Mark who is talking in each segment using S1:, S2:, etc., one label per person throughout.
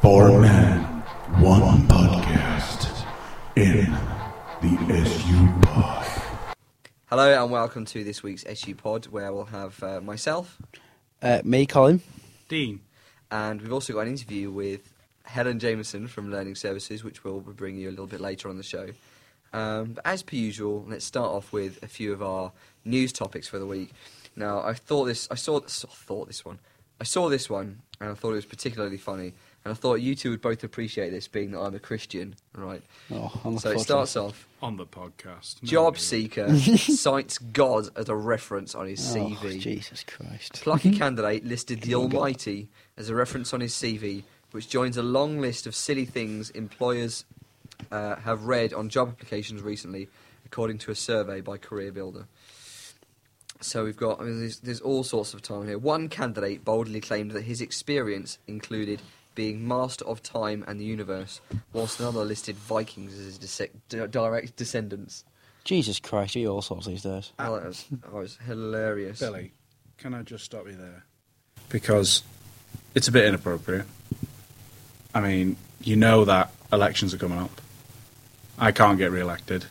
S1: Four men, one podcast in the SU pod.
S2: Hello and welcome to this week's SU Pod, where we'll have uh, myself,
S3: Uh, me, Colin.
S4: Dean.
S2: and we've also got an interview with Helen Jameson from Learning Services, which we'll bring you a little bit later on the show. Um, but as per usual, let's start off with a few of our news topics for the week. Now, I thought this, I saw, saw thought this one, I saw this one, and I thought it was particularly funny, and I thought you two would both appreciate this, being that I'm a Christian, right?
S3: Oh, I'm looking
S2: so
S3: forward
S2: it
S3: to
S2: starts
S3: this.
S2: off.
S4: On the podcast. No,
S2: Job
S4: really.
S2: seeker cites God as a reference on his CV.
S3: Oh, Jesus Christ.
S2: Plucky candidate listed the Almighty as a reference on his CV, which joins a long list of silly things employers uh, have read on job applications recently, according to a survey by Career Builder. So we've got, I mean, there's, there's all sorts of time here. One candidate boldly claimed that his experience included being master of time and the universe, whilst another listed Vikings as his dese- di- direct descendants.
S3: Jesus Christ, you hear all sorts these days.
S2: Oh, that was, that was hilarious.
S4: Billy, can I just stop you there? Because it's a bit inappropriate. I mean, you know that elections are coming up. I can't get re-elected,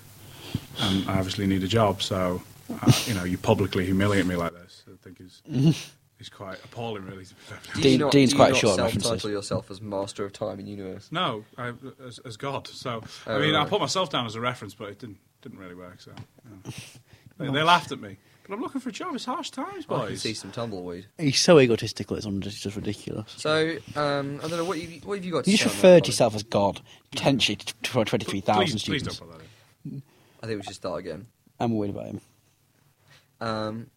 S4: and I obviously need a job. So, uh, you know, you publicly humiliate me like this. I think is is quite appalling, really. To be perfectly
S2: Do
S4: honest.
S2: you
S3: Dean-
S2: not,
S3: Dean's
S2: do you
S3: quite
S2: not
S3: short on
S2: Self-title
S3: references.
S2: yourself as Master of Time and Universe.
S4: No, I, as, as God. So,
S2: Oh,
S4: I mean,
S2: right.
S4: I put myself down as a reference, but it didn't didn't really work. So, you know. they, they laughed at me. But I'm looking for a job. It's harsh times,
S2: I can
S4: boys.
S2: see some tumbleweed.
S3: He's so egotistical, it's un- it's just ridiculous.
S2: So um, I don't know what you what have you got. To
S3: You
S2: say on that,
S3: just referred
S2: Colin?
S3: yourself as God, potentially to tw-
S4: please,
S3: 23,000
S4: please
S3: students.
S4: don't put that in.
S2: I think we should start again.
S3: I'm worried about him.
S2: Um,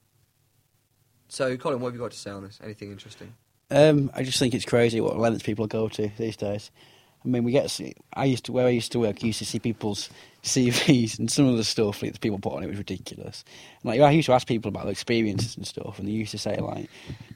S2: so Colin, what have you got to say on this? Anything interesting?
S3: Um, I just think it's crazy what lengths people go to these days. I mean, we get. to see- I used to where I used to work. You used to see people's CVs and some of the stuff that people put on it was ridiculous. And like I used to ask people about their experiences and stuff, and they used to say like,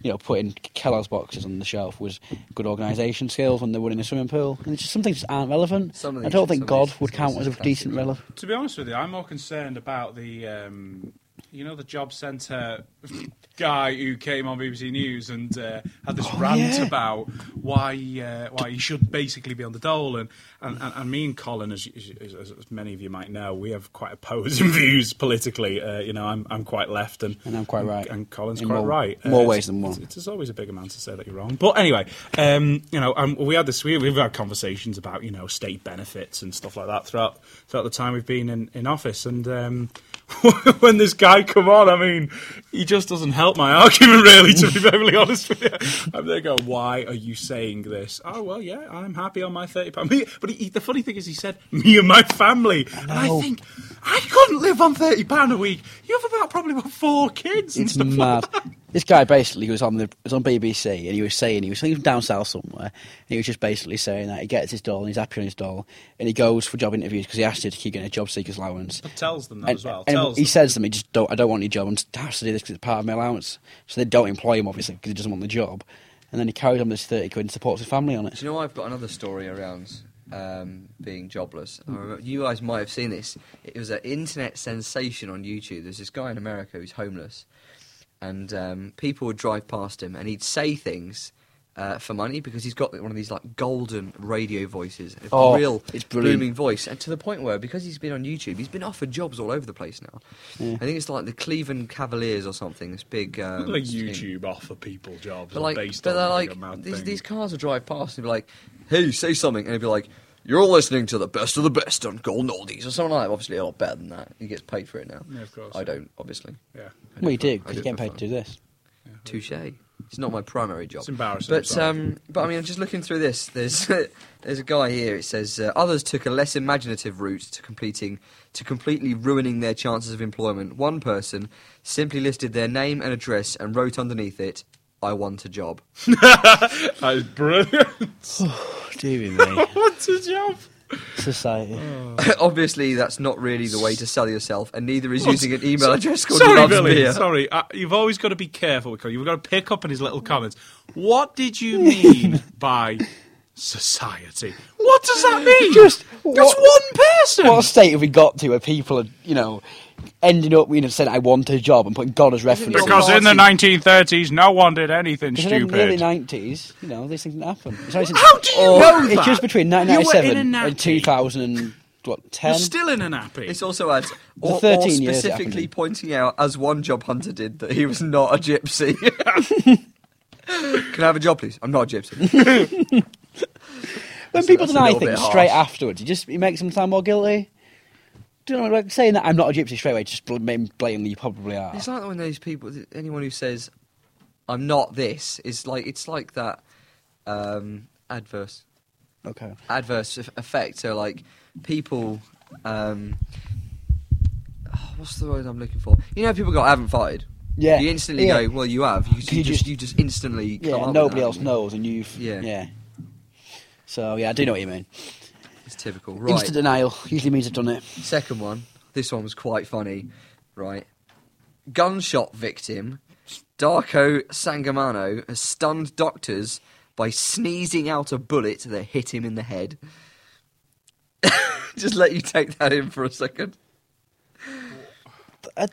S3: you know, putting Kellogg's boxes on the shelf was good organisation skills when they were in a swimming pool. And it's just some things just aren't relevant.
S2: Some of
S3: I
S2: these-
S3: don't
S2: some
S3: think
S2: of
S3: God
S2: these-
S3: would
S2: some
S3: count
S2: of
S3: as
S2: these
S3: a
S2: are
S3: decent
S2: classic.
S3: relevant.
S4: To be honest with you, I'm more concerned about the, um, you know, the job centre guy who came on BBC News and uh, had this
S3: Oh,
S4: rant
S3: yeah.
S4: about why uh, why he should basically be on the dole, and and, and, and me and Colin, as, you- as, as as many of you might know, we have quite opposing views politically. Uh, you know, I'm I'm quite left, and
S3: And I'm quite right.
S4: and Colin's
S3: In
S4: quite
S3: more-
S4: right. Uh,
S3: more
S4: it's-
S3: ways than one.
S4: It's, it's always a bigger man to say that you're wrong. But anyway, um, you know, um, we had this. We, we've had conversations about you know state benefits and stuff like that throughout throughout the time we've been in, in office. And um, when this guy come on, I mean, he just doesn't help my argument really. To be perfectly honest with you, I'm there going, why are you saying this? Oh well, yeah, I'm happy on my thirty pound. But he, the funny thing is, he said me and my family, and I
S3: know.
S4: think. I couldn't live on thirty pound a week. You have about probably about four kids. and
S3: It's
S4: stuff like
S3: mad. This guy basically was on the was on BBC and he was saying he was, he was down south somewhere and he was just basically saying that he gets his doll and he's happy on his doll and he goes for job interviews because he asked her to keep getting a job seeker's allowance.
S4: tells them that
S3: And,
S4: as well.
S3: and
S4: tells
S3: he
S4: them.
S3: says to me, "Just don't. I don't want your job. And has to do this because it's part of my allowance." So they don't employ him obviously because he doesn't want the job. And then he carries on this thirty quid and supports his family on it.
S2: Do you know I've got another story around um, being jobless? I remember, you guys might have seen this. It was an internet sensation on YouTube. There's this guy in America who's homeless, and um, people would drive past him, and he'd say things. Uh, for money because he's got one of these like golden radio voices, a
S3: Oh,
S2: real
S3: it's brilliant.
S2: booming voice, and to the point where because he's been on YouTube, he's been offered jobs all over the place now. I think it's like the Cleveland Cavaliers or something. This big um,
S4: like
S2: thing.
S4: YouTube offer people jobs
S2: But like,
S4: based
S2: but
S4: on
S2: they're
S4: a
S2: like,
S4: mad
S2: these,
S4: thing.
S2: these cars will drive past and be like, "Hey, say something," and he'd be like, "You're listening to the best of the best on Golden Oldies or something like that." Obviously, a lot better than that. He gets paid for it now.
S4: Yeah, of course.
S2: I don't, obviously.
S4: yeah.
S3: Well, you do
S2: I
S3: because
S2: do
S3: you're getting
S2: for
S3: paid to do this.
S2: Touche. It's not my primary job.
S4: It's embarrassing,
S2: But
S4: sorry.
S2: um, but I mean, I'm just looking through this. There's there's a guy here. It says uh, others took a less imaginative route to completing to completely ruining their chances of employment. One person simply listed their name and address and wrote underneath it, "I want a job."
S4: That is brilliant.
S3: Dear me,
S4: What's a job?
S3: society.
S2: Obviously, that's not really the way to sell yourself, and neither is using an email address called
S4: Sorry,
S2: Loves
S4: Billy.
S2: Beer.
S4: Sorry, uh, you've always got to be careful. Because you've got to pick up on his little comments. What did you mean by society. What does that mean?
S3: Just
S4: that's
S3: what-
S4: one person.
S3: What state have we got to where people are, you know, ending up being upset I want a job and putting God as reference?
S2: Because Because in the
S4: 1930s, no one did anything
S3: Because in the early 90s, you know, these things didn't happen. It's only since-
S4: How do you
S3: or-
S4: know
S3: It's
S4: that?
S3: just between
S4: You were in a
S3: 1997
S4: nappy.
S3: and 2000 and, what, 10?
S4: You're still in an appy.
S2: This also adds,
S3: was
S2: or, or
S3: 13 years it happened
S2: specifically
S3: in.
S2: pointing out, as one job hunter did, that he was not a gypsy. Can I have a job, please? I'm not a gypsy.
S3: When people
S2: that's a
S3: deny
S2: little bit
S3: things
S2: harsh.
S3: straight afterwards, it just it makes them sound more guilty. Do you know what I'm like, saying that I'm not a gypsy straight away? Just bl- blatantly, you probably are.
S2: it's like when those people, anyone who says, "I'm not this," is like it's like that um, adverse
S3: Okay.
S2: adverse eff- effect. So like people, um, oh, what's the word I'm looking for? You know, people go, "I haven't fired."
S3: Yeah.
S2: you instantly
S3: Yeah.
S2: know. Well, you have. You, you
S3: you
S2: just
S3: just-
S2: you just instantly. Come up
S3: Yeah,
S2: with
S3: nobody
S2: that.
S3: else knows, and you've
S2: Yeah.
S3: yeah. So yeah, I do know what you mean.
S2: It's typical, right?
S3: Instant denial usually means I've done it.
S2: Second one. This one was quite funny, right? Gunshot victim Darko Sangamano has stunned doctors by sneezing out a bullet that hit him in the head. Just let you take that in for a second.
S3: I-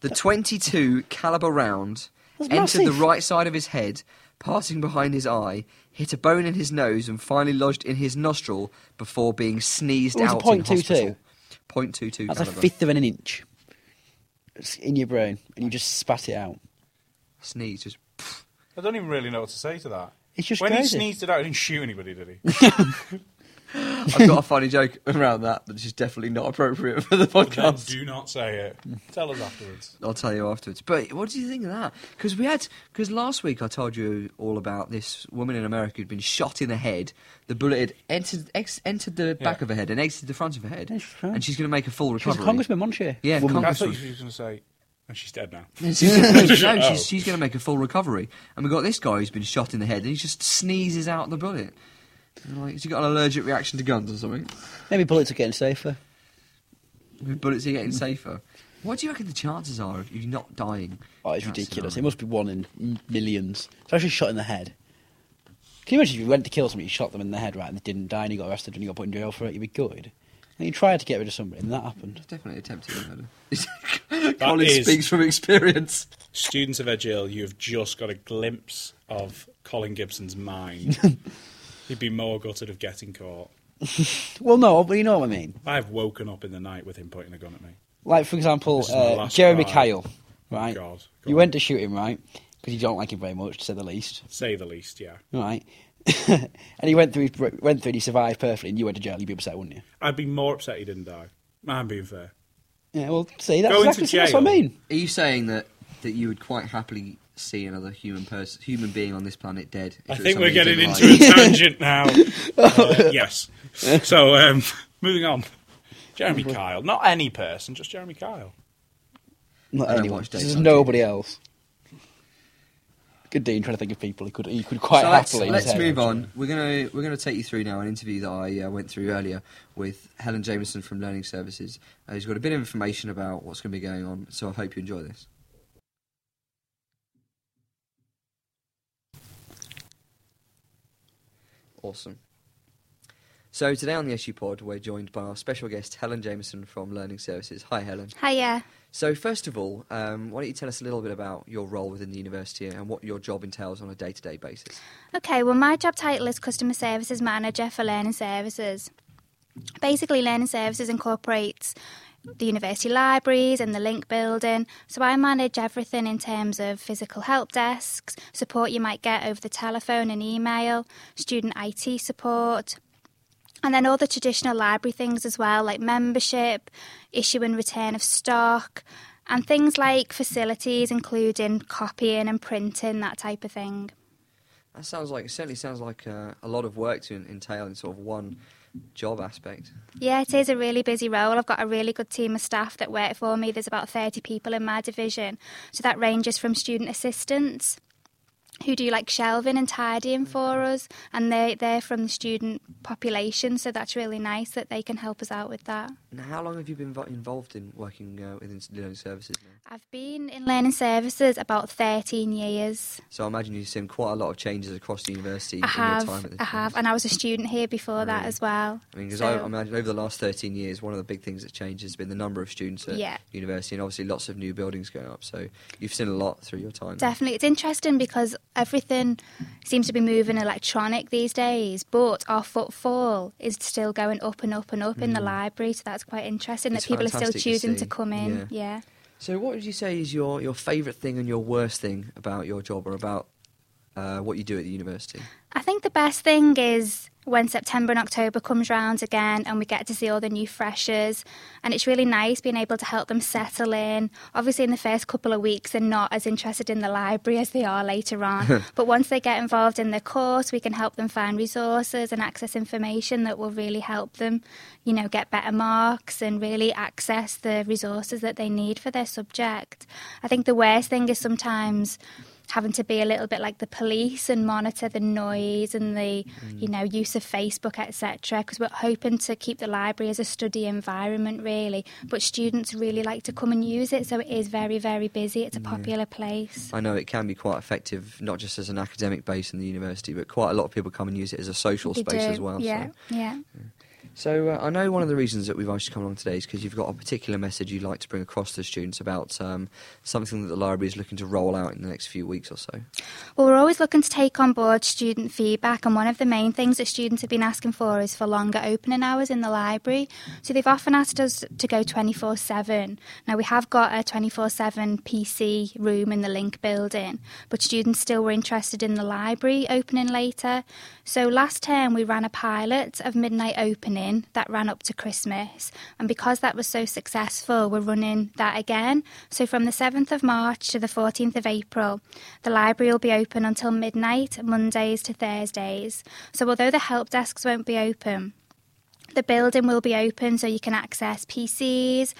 S2: The 22 caliber round
S3: That's
S2: entered the
S3: massive.
S2: right side of his head, passing behind his eye, hit a bone in his nose, and finally lodged in his nostril before being sneezed
S3: What was it,
S2: out in
S3: 0.22?
S2: hospital. 0.22
S3: That's
S2: caliber.
S3: a fifth of an inch. It's in your brain, and you just spat it out.
S2: Sneeze. Just
S4: I don't even really know what to say to that.
S3: It's just
S4: when
S3: crazy.
S4: he sneezed it out, he didn't shoot anybody, did he?
S2: I've got a funny joke around that, but it's definitely not appropriate for the
S4: Then
S2: podcast.
S4: do not say it. Tell us afterwards.
S2: I'll tell you afterwards. But what do you think of that? Because we had, because last week I told you all about this woman in America who'd been shot in the head. The bullet had entered ex- entered the back
S4: Yeah.
S2: of her head and exited the front of her head,
S3: Yeah, she's fine.
S2: and she's going to make a full
S3: She was
S2: recovery.
S3: a congressman, wasn't she?
S2: Yeah,
S3: Woman.
S2: con-
S4: I thought you were going to say, and she's dead now.
S2: No, she's,
S4: Oh.
S2: she's going to make a full recovery. And we've got this guy who's been shot in the head, and he just sneezes out the bullet. And Like, has he got an allergic reaction to guns or something?
S3: Maybe bullets are getting safer.
S2: With bullets are getting safer. What do you reckon the chances are of you not dying?
S3: Oh, it's
S2: That's
S3: ridiculous.
S2: the-
S3: It must be one in millions. Especially shot in the head. Can you imagine if you went to kill somebody, you shot them in the head, right, and they didn't die, and you got arrested, and you got put in jail for it? You'd be gutted. And you tried to get rid of somebody, and that happened.
S2: It's definitely attempted murder. Colin
S4: is-
S2: speaks from experience.
S4: Students of Edge Hill, you have just got a glimpse of Colin Gibson's mind. He'd be more gutted of getting caught.
S3: Well, no, but you know what I mean.
S4: I've woken up in the night with him pointing a gun at me.
S3: Like, for example,
S4: This is my
S3: uh,
S4: last
S3: Jeremy
S4: cry.
S3: Kyle, right?
S4: God, go
S3: you
S4: on.
S3: went to shoot him, right? Because you don't like him very much, to say the least,
S4: Say the least, yeah.
S3: right? and he went through, went through, and he survived perfectly, and you went to jail. You'd be upset, wouldn't you?
S4: I'd be more upset he didn't die. I'm being fair.
S3: Yeah. Well, see, that's
S4: Going to
S3: exactly that's what I
S4: jail.
S3: mean.
S2: Are you saying that, that you would quite happily see another human person, human being on this planet dead? if it
S4: I
S2: was
S4: think
S2: somebody
S4: we're
S2: who
S4: getting
S2: didn't
S4: into
S2: like
S4: a tangent now. Uh, yes. So, um, moving on. Jeremy Kyle. Not any person, just Jeremy Kyle.
S3: Not
S2: I don't
S3: anyone.
S2: watch Dave
S3: There's
S2: Ramsey.
S3: nobody else. Good Dean trying to think of people he could he could quite
S2: So let's,
S3: happily.
S2: let's
S3: say.
S2: move on. We're gonna we're gonna take you through now an interview that I uh, went through earlier with Helen Jameson from Learning Services. Uh, who's got a bit of information about what's going to be going on. So I hope you enjoy this. Awesome. So today on the SU Pod, we're joined by our special guest Helen Jameson from Learning Services. Hi, Helen.
S5: Hiya.
S2: So, first of all, um, why don't you tell us a little bit about your role within the university and what your job entails on a day to day basis?
S5: Okay, well, my job title is Customer Services Manager for Learning Services. Basically, Learning Services incorporates the university libraries and the Link building, so I manage everything in terms of physical help desks, support you might get over the telephone and email, student IT support, and then all the traditional library things as well, like membership, issue and return of stock, and things like facilities, including copying and printing, that type of thing.
S2: That sounds like, it certainly sounds like uh, a lot of work to en- entail in sort of one job aspect.
S5: Yeah, it is a really busy role. I've got a really good team of staff that work for me. There's about 30 people in my division. So that ranges from student assistants who do like shelving and tidying for us, and they they're from the student population, so that's really nice that they can help us out with that.
S2: And how long have you been vo- involved in working uh, within learning services now?
S5: I've been in learning services about 13 years.
S2: So I imagine you've seen quite a lot of changes across the university
S5: I
S2: in
S5: have,
S2: your time at this
S5: I have, and I was a student here before that
S2: Really?
S5: as well.
S2: I mean, because
S5: So-
S2: I imagine over the last 13 years, one of the big things that's changed has been the number of students at
S5: Yeah.
S2: university and obviously lots of new buildings going up. So you've seen a lot through your time. there.
S5: Definitely. It's interesting because everything seems to be moving electronic these days, but our footfall is still going up and up and up in the library, so that's quite interesting
S2: Mm. It's
S5: that people are still
S2: fantastic to
S5: choosing to,
S2: see,
S5: come in. Yeah.
S2: So what would you say is your, your favourite thing and your worst thing about your job or about uh, what you do at the university?
S5: I think the best thing is when September and October comes round again and we get to see all the new freshers and it's really nice being able to help them settle in. Obviously in the first couple of weeks they're not as interested in the library as they are later on. but once they get involved in the course we can help them find resources and access information that will really help them, you know, get better marks and really access the resources that they need for their subject. I think the worst thing is sometimes having to be a little bit like the police and monitor the noise and the
S2: Mm.
S5: you know use of Facebook etc because we're hoping to keep the library as a study environment really but students really like to come and use it so it is very very busy it's a popular place
S2: I know it can be quite effective, not just as an academic base in the university, but quite a lot of people come and use it as a social
S5: They
S2: space
S5: do,
S2: as well.
S5: yeah
S2: So,
S5: yeah
S2: so uh, I know one of the reasons that we've asked you to come along today is because you've got a particular message you'd like to bring across to students about um, something that the library is looking to roll out in the next few weeks or so.
S5: Well, we're always looking to take on board student feedback, and one of the main things that students have been asking for is for longer opening hours in the library. So they've often asked us to go 24 7. Now, we have got a 24 7 PC room in the Link building, but students still were interested in the library opening later. So last term, we ran a pilot of midnight opening that ran up to Christmas, and because that was so successful, we're running that again. So from the 7th of March to the 14th of April, the library will be open until midnight, Mondays to Thursdays. So although the help desks won't be open, the building will be open so you can access PCs,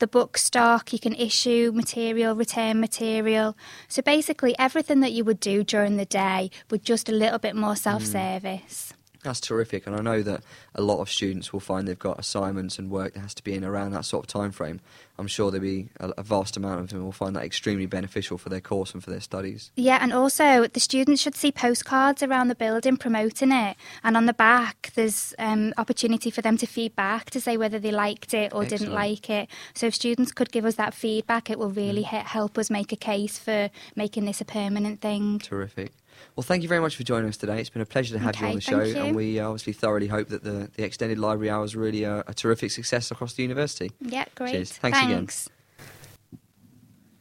S5: the book stock, you can issue material, return material. So basically, everything that you would do during the day with just a little bit more self service.
S2: That's terrific, and I know that a lot of students will find they've got assignments and work that has to be in around that sort of time frame. I'm sure there'll be a, a vast amount of them will find that extremely beneficial for their course and for their studies.
S5: Yeah, and also the students should see postcards around the building promoting it. And on the back, there's um, opportunity for them to feedback to say whether they liked it or
S2: Excellent.
S5: didn't like it. So if students could give us that feedback, it will really he- help us make a case for making this a permanent thing.
S2: Terrific. Well, thank you very much for joining us today. It's been a pleasure to have you
S5: Okay,
S2: on the show,
S5: thank you.
S2: and we uh, obviously thoroughly hope that the, the extended library hours really are a terrific success across the university.
S5: Yeah, great.
S2: Cheers. Thanks again.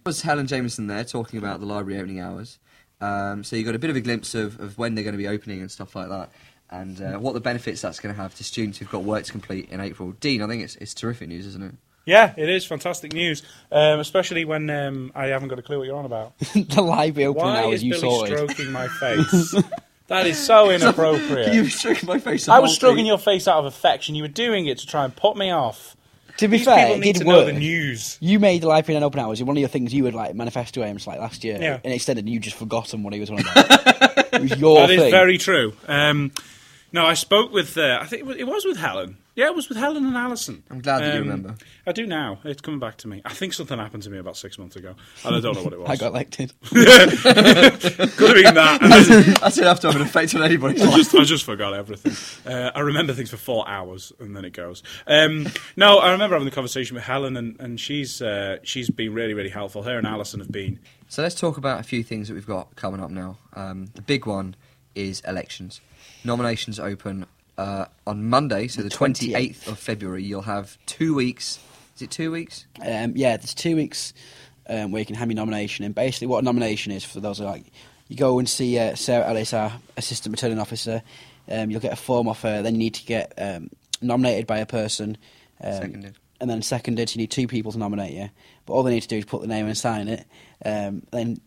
S2: was Helen Jameson there talking about the library opening hours. Um, so you got a bit of a glimpse of, of when they're going to be opening and stuff like that, and uh, what the benefits that's going to have to students who've got work to complete in April. Dean, I think it's it's terrific news, isn't it?
S4: Yeah, it is fantastic news, um, especially when um, I haven't got a clue what you're on about.
S3: the library opening
S4: Why
S3: hours
S4: is
S3: you
S4: Billy
S3: sorted.
S4: stroking my face? that is so inappropriate.
S2: you struck my face. the
S4: I
S2: whole
S4: was stroking
S2: thing.
S4: your face out of affection. You were doing it to try and put me off.
S3: To be
S4: These
S3: fair,
S4: people
S3: it
S4: need
S3: did
S4: to know
S3: work.
S4: the news.
S3: You made the library and open hours. One of your things you would like manifesto aims like last year,
S4: Yeah.
S3: and extended. You just forgotten what he was on about. it was your
S4: That is
S3: thing.
S4: very true. Um, no, I spoke with. Uh, I think it was, it was with Helen. Yeah, it was with Helen and Alison. Um,
S2: I'm glad that you remember.
S4: I do now. It's coming back to me. I think something happened to me about six months ago, and I don't know what it was.
S3: I got elected.
S4: Could have been that. And then-
S2: that's enough to have an effect on anybody.
S4: I just, I just forgot everything. Uh, I remember things for four hours, and then it goes. Um, no, I remember having the conversation with Helen, and, and she's uh, she's been really, really helpful. Her and Alison have been.
S2: So let's talk about a few things that we've got coming up now. Um, the big one is elections. Nominations open uh, on Monday, so the 28th.
S3: 28th
S2: of February. You'll have two weeks. Is it two weeks?
S3: Um, yeah, there's two weeks um, where you can have your nomination, and basically what a nomination is for those who are like, you go and see uh, Sarah Ellis, our assistant returning officer. Um, you'll get a form off her. Then you need to get um, nominated by a person. Um,
S2: Seconded.
S3: And then seconded, so you need two people to nominate you. But all they need to do is put the name and sign it. Um, then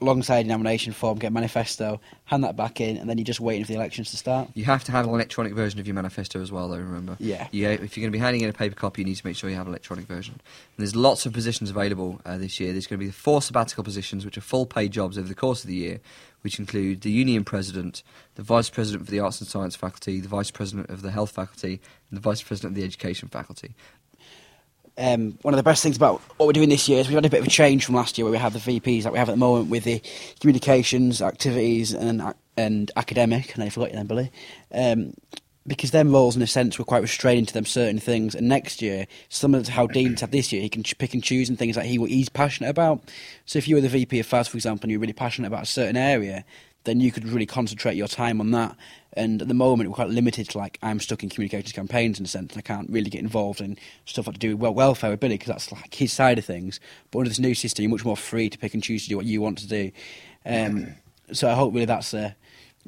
S3: alongside your nomination form, get a manifesto, hand that back in, and then you're just waiting for the elections to start.
S2: You have to have an electronic version of your manifesto as well, though, remember?
S3: Yeah.
S2: You, uh, if you're going to be handing in a paper copy, you need to make sure you have an electronic version. And there's lots of positions available uh, this year. There's going to be the four sabbatical positions, which are full paid jobs over the course of the year, which include the union president, the vice president for the arts and science faculty, the vice president of the health faculty, and the vice president of the education faculty.
S3: um, one of the best things about what we're doing this year is we've had a bit of a change from last year where we had the VPs that we have at the moment with the communications, activities and ac- and academic, and I forgot your name, Billy, um, because them roles, in a sense, were quite restrained to them certain things. And next year, similar to how Dean's had this year, he can ch- pick and choose and things that he he's passionate about. So if you were the VP of FAS, for example, and you're really passionate about a certain area, then you could really concentrate your time on that. And at the moment, we're quite limited to like I'm stuck in communications campaigns in a sense. I can't really get involved in stuff like to do with well welfare with Billy because that's like his side of things. But under this new system, you're much more free to pick and choose to do what you want to do. Um, so I hope really that's uh,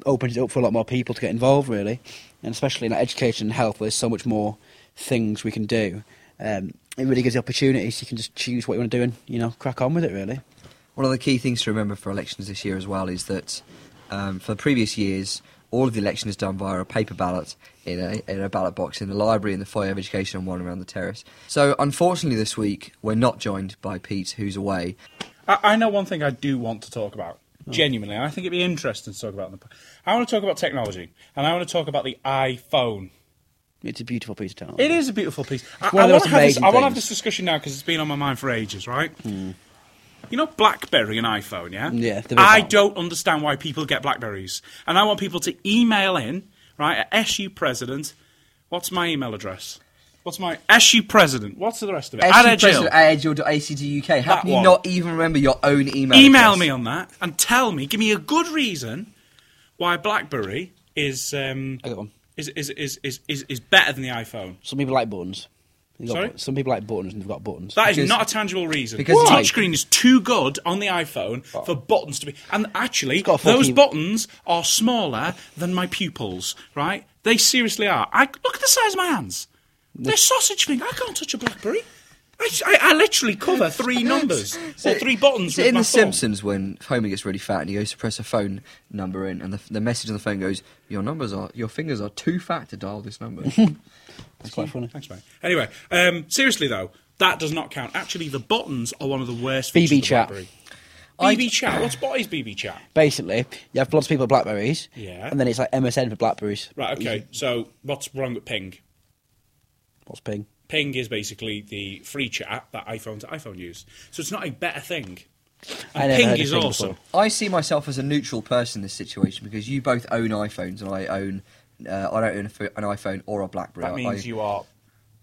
S3: opens it up for a lot more people to get involved, really, and especially in like, education and health. Where there's so much more things we can do. Um, it really gives the opportunities. you can just choose what you want to do and you know crack on with it. Really,
S2: One of the key things to remember for elections this year as well is that um, for the previous years, all of the election is done via a paper ballot in a, in a ballot box in the library, in the foyer of education, and one around the terrace. So, unfortunately, this week we're not joined by Pete, who's away.
S4: I, I know one thing I do want to talk about. Genuinely, I think it'd be interesting to talk about. In the, po- I want to talk about technology, and I want to talk about the iPhone.
S3: it's a beautiful piece of technology.
S4: It is a beautiful piece.
S3: one
S4: I, I
S3: of the
S4: want
S3: most
S4: to have this,
S3: amazing
S4: I want to have
S3: things.
S4: this discussion now because it's been on my mind for ages, right? You know BlackBerry and iPhone, yeah?
S3: Yeah, they're
S4: I
S3: about-
S4: don't understand why people get Blackberries. And I want people to email in, right, at SU President. What's my email address? What's my SU President? What's the rest of it? At
S2: SU
S4: Edge Hill.
S2: President at edgehill.ac.uk. How
S4: That
S2: can you
S4: one.
S2: not even remember your own email?
S4: email
S2: address?
S4: me on that and tell me, give me a good reason why BlackBerry is um,
S3: I got one.
S4: is, is, is, is, is, is better than the iPhone.
S3: Some people like buttons. They've got
S4: Sorry?
S3: buttons. Some people like buttons and they've got buttons.
S4: That is
S2: Because-
S4: not a tangible reason.
S2: because Oh.
S4: the
S2: Why?
S4: touchscreen is too good on the iPhone for buttons to be. And actually,
S3: got a fucking-
S4: those buttons are smaller than my pupils. Right? They seriously are. I look at the size of my hands. They're sausage thing. I can't touch a BlackBerry. I, I, I literally cover three numbers or three buttons
S2: Is
S4: with
S2: it in
S4: my
S2: The
S4: thumb.
S2: Simpsons when Homer gets really fat and he goes to press a phone number in, and the, the message on the phone goes, "Your numbers are your fingers are too fat to dial this number."
S3: It's quite funny.
S4: Thanks, mate. Anyway, um, seriously though, that does not count. Actually, the buttons are one of the worst.
S3: BB
S4: features of the
S3: chat.
S4: BlackBerry.
S2: I-
S4: BB chat. What's what is BB chat?
S3: Basically, you have lots of people with Blackberries.
S4: Yeah.
S3: And then it's like MSN for Blackberries.
S4: Right. Okay. So what's wrong with ping?
S3: What's ping?
S4: Ping is basically the free chat that iPhone to iPhone use. So it's not a better thing.
S3: I
S4: And
S3: never
S4: ping
S3: heard of
S4: is
S3: ping
S4: awesome.
S3: before.
S2: I see myself as a neutral person in this situation because you both own iPhones and I own. Uh, I don't own a pho- an iPhone or a BlackBerry.
S4: That
S2: I-
S4: means
S2: I,
S4: you are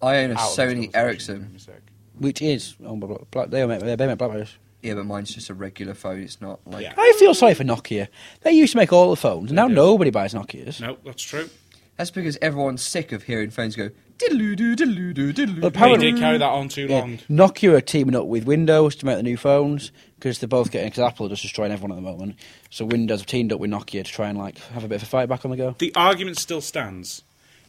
S2: I own a
S4: out
S2: Sony
S4: of this conversation in
S2: Ericsson.
S4: a sec.
S3: Which is oh, blah, blah, blah, they make they make Blackberries.
S2: Yeah, but mine's just a regular phone. It's not like
S4: Yeah.
S3: I feel sorry for Nokia. They used to make all the phones, and now
S4: do.
S3: nobody buys Nokias.
S4: No, that's true.
S2: that's because everyone's sick of hearing phones go diddle doo diddle doo diddle.
S3: But
S4: They
S3: Apparently-
S4: did carry that on too
S3: Yeah,
S4: long.
S3: Nokia are teaming up with Windows to make the new phones because they're both getting because Apple are just destroying everyone at the moment. So Windows have teamed up with Nokia to try and like have a bit of a fight back on the go.
S4: The argument still stands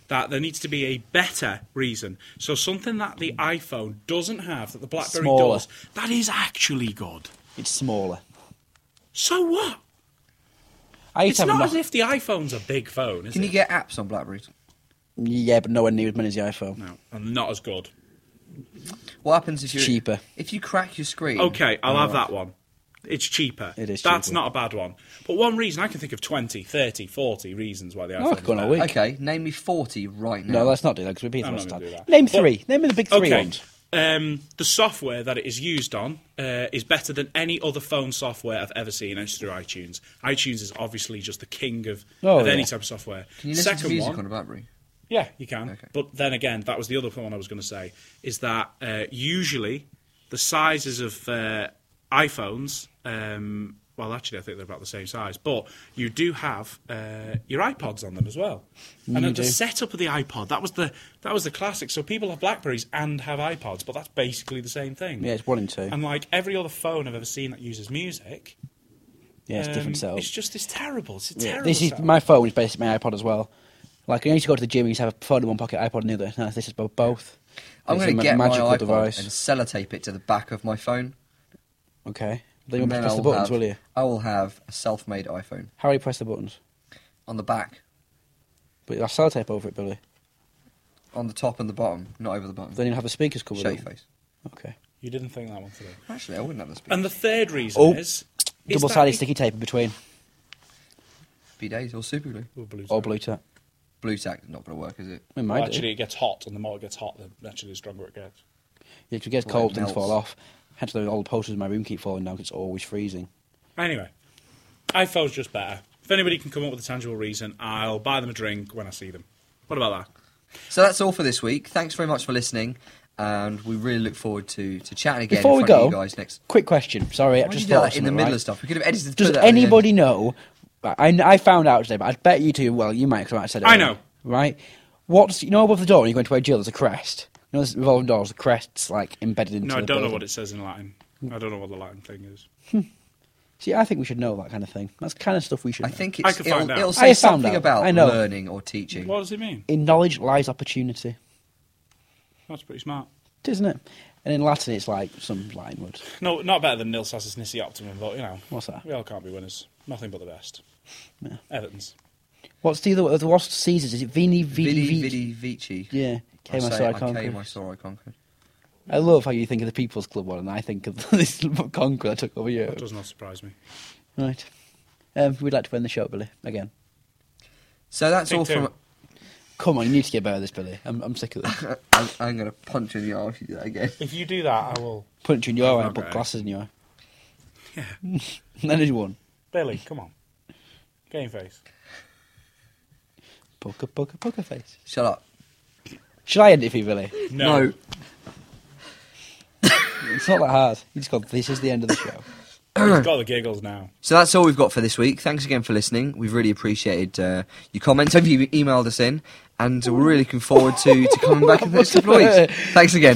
S4: that there needs to be a better reason. So something that the iPhone doesn't have that the BlackBerry
S3: Smaller.
S4: does that is actually good.
S3: It's smaller.
S4: So what?
S3: I used
S4: It's
S3: to have
S4: not
S3: a
S4: as
S3: Nokia.
S4: if the iPhone's a big phone, is
S2: Can
S4: it?
S2: you get apps on Blackberries?
S3: Yeah, but nowhere near as many as the iPhone.
S4: no, and not as good.
S2: What happens if you
S3: cheaper.
S2: If you crack your screen,
S4: Okay, I'll have that one. It's cheaper.
S3: It is
S4: That's
S3: cheaper.
S4: not a bad one. But one reason, I can think of 20, 30, 40 reasons why the iPhone
S3: I could go Oh, on
S4: is
S3: all
S4: better.
S3: week.
S2: Okay, name me forty right now.
S3: No, let's not do that because we're being
S4: I'm
S3: the
S4: not gonna do
S3: time.
S4: that.
S3: Name
S4: But-
S3: three. Name me the big three
S4: okay.
S3: ones.
S4: Um, the software that it is used on uh, is better than any other phone software I've ever seen, and it's through iTunes. iTunes is obviously just the king of,
S3: Oh,
S4: of any
S3: yeah.
S4: type of software.
S2: Can you listen
S4: Second
S2: to music
S4: one,
S2: on a Blackberry?
S4: Yeah, you can.
S2: Okay.
S4: But then again, that was the other one I was going to say is that uh, usually the sizes of uh, iPhones. Um, well, actually, I think they're about the same size, but you do have uh, your iPods on them as well.
S3: Mm,
S4: and at the setup of the iPod, that was the that was the classic. So people have Blackberries and have iPods, but that's basically the same thing.
S3: Yeah, it's one and two.
S4: And like every other phone I've ever seen that uses music,
S3: Yeah, it's
S4: um,
S3: different setup.
S4: It's just it's terrible. It's a
S3: Yeah,
S4: terrible.
S3: this is
S4: setup.
S3: my phone is basically my iPod as well. Like I used to go to the gym, and used to have a phone in one pocket, iPod in the other. Now this is both. both.
S2: I'm
S3: It's
S2: going
S3: a
S2: to
S3: ma-
S2: get my
S3: magical
S2: iPod
S3: device.
S2: and sellotape it to the back of my phone.
S3: Okay. Then you
S2: and
S3: won't
S2: then
S3: press
S2: I
S3: the
S2: will
S3: buttons,
S2: have-
S3: will you?
S2: I will have a self-made iPhone
S3: How will you press the buttons?
S2: on the back,
S3: But you'll have sellotape over it, Billy.
S2: on the top and the bottom, not over the bottom.
S3: Then you'll have the speakers covered.
S2: Shave
S3: up.
S2: face.
S3: Okay.
S4: You didn't think that one through.
S2: Actually, I wouldn't have this.
S4: And the third reason
S3: Oh,
S4: is, is
S3: Double
S4: that
S3: sided
S4: it-
S3: sticky tape in between.
S2: Happy days or super glue.
S4: Or blue
S3: Or
S4: tack.
S3: blue tack.
S2: Blue tack not going to work, is it?
S3: It might
S4: Well,
S3: do.
S4: actually, it gets hot, and the more it gets hot, the actually the stronger it gets.
S3: Yeah, 'cause it gets
S2: Well,
S3: cold,
S2: it
S3: things fall
S2: melts.
S3: off. Hence, the old posters in my room keep falling down 'cause it's always freezing.
S4: Anyway, iPhone's just better. If anybody can come up with a tangible reason, I'll buy them a drink when I see them. What about that?
S2: So that's all for this week. Thanks very much for listening, and we really look forward to, to chatting again
S3: Before
S2: in
S3: we
S2: front
S3: go,
S2: of you guys next.
S3: quick question. Sorry, I
S2: Why did
S3: just
S2: you do
S3: thought
S2: that in the
S3: something,
S2: middle
S3: right?
S2: of stuff? We could have edited.
S3: Does
S2: put that at the end.
S3: anybody know? I, I found out today, but I bet you two. Well, you might because I might have said it.
S4: I
S3: earlier,
S4: know.
S3: right? What's you know above the door when you go into a jail? There's a crest. You know, there's revolving doors. The crest's like embedded into.
S4: No,
S3: the
S4: I don't know
S3: building.
S4: what it says in Latin. I don't know what the Latin thing is.
S3: See, I think we should know that kind of thing. That's the kind of stuff we should.
S2: I
S3: know.
S2: think
S4: I
S2: it's,
S4: could
S2: it'll,
S4: find out.
S2: it'll
S3: I
S2: say
S3: found
S2: something
S3: out.
S2: about
S3: I know.
S2: learning or teaching.
S4: What does it mean?
S3: in knowledge lies opportunity,
S4: That's pretty smart.
S3: isn't it? And in Latin, it's like some Latin word.
S4: No, not better than Nil Sassis Nissi Optimum, but you know.
S3: What's that?
S4: We all can't be winners. Nothing but the best.
S3: Yeah.
S4: Everton's.
S3: What's the other? What's Caesar's? Is it Vini Vidi
S2: Vidi,
S3: Vici?
S2: vidi, vici.
S3: Yeah,
S2: I
S3: came
S2: say
S3: I, saw I
S2: it, I
S3: conquered.
S2: came, I saw, I conquered.
S3: I love how you think of the People's Club one, and I think of this conquer I took over you.
S4: That does not surprise me.
S3: Right. Um, we'd like to win the show, Billy, again.
S2: So that's
S4: Me
S2: all
S4: too.
S2: from.
S3: Come on, you need to get better at this, Billy. I'm, I'm sick of this.
S2: I'm, I'm going to punch you in the arse if you do that again.
S4: If you do that, I will.
S3: Punch you in your eye,
S4: Okay.
S3: put glasses in your eye. Yeah. then he won.
S4: Billy, come on. Game face.
S3: Poker, poker, poker face.
S2: Shut up.
S3: Should I end it for you, Billy?
S4: No.
S3: It's not that hard. You just go, this is the end of the show.
S4: He's got the giggles now.
S2: So that's all we've got for this week. Thanks again for listening. We've really appreciated uh, your comments. Hope you emailed us in, and we're really looking forward to, to coming back in the next couple of weeks. Thanks again.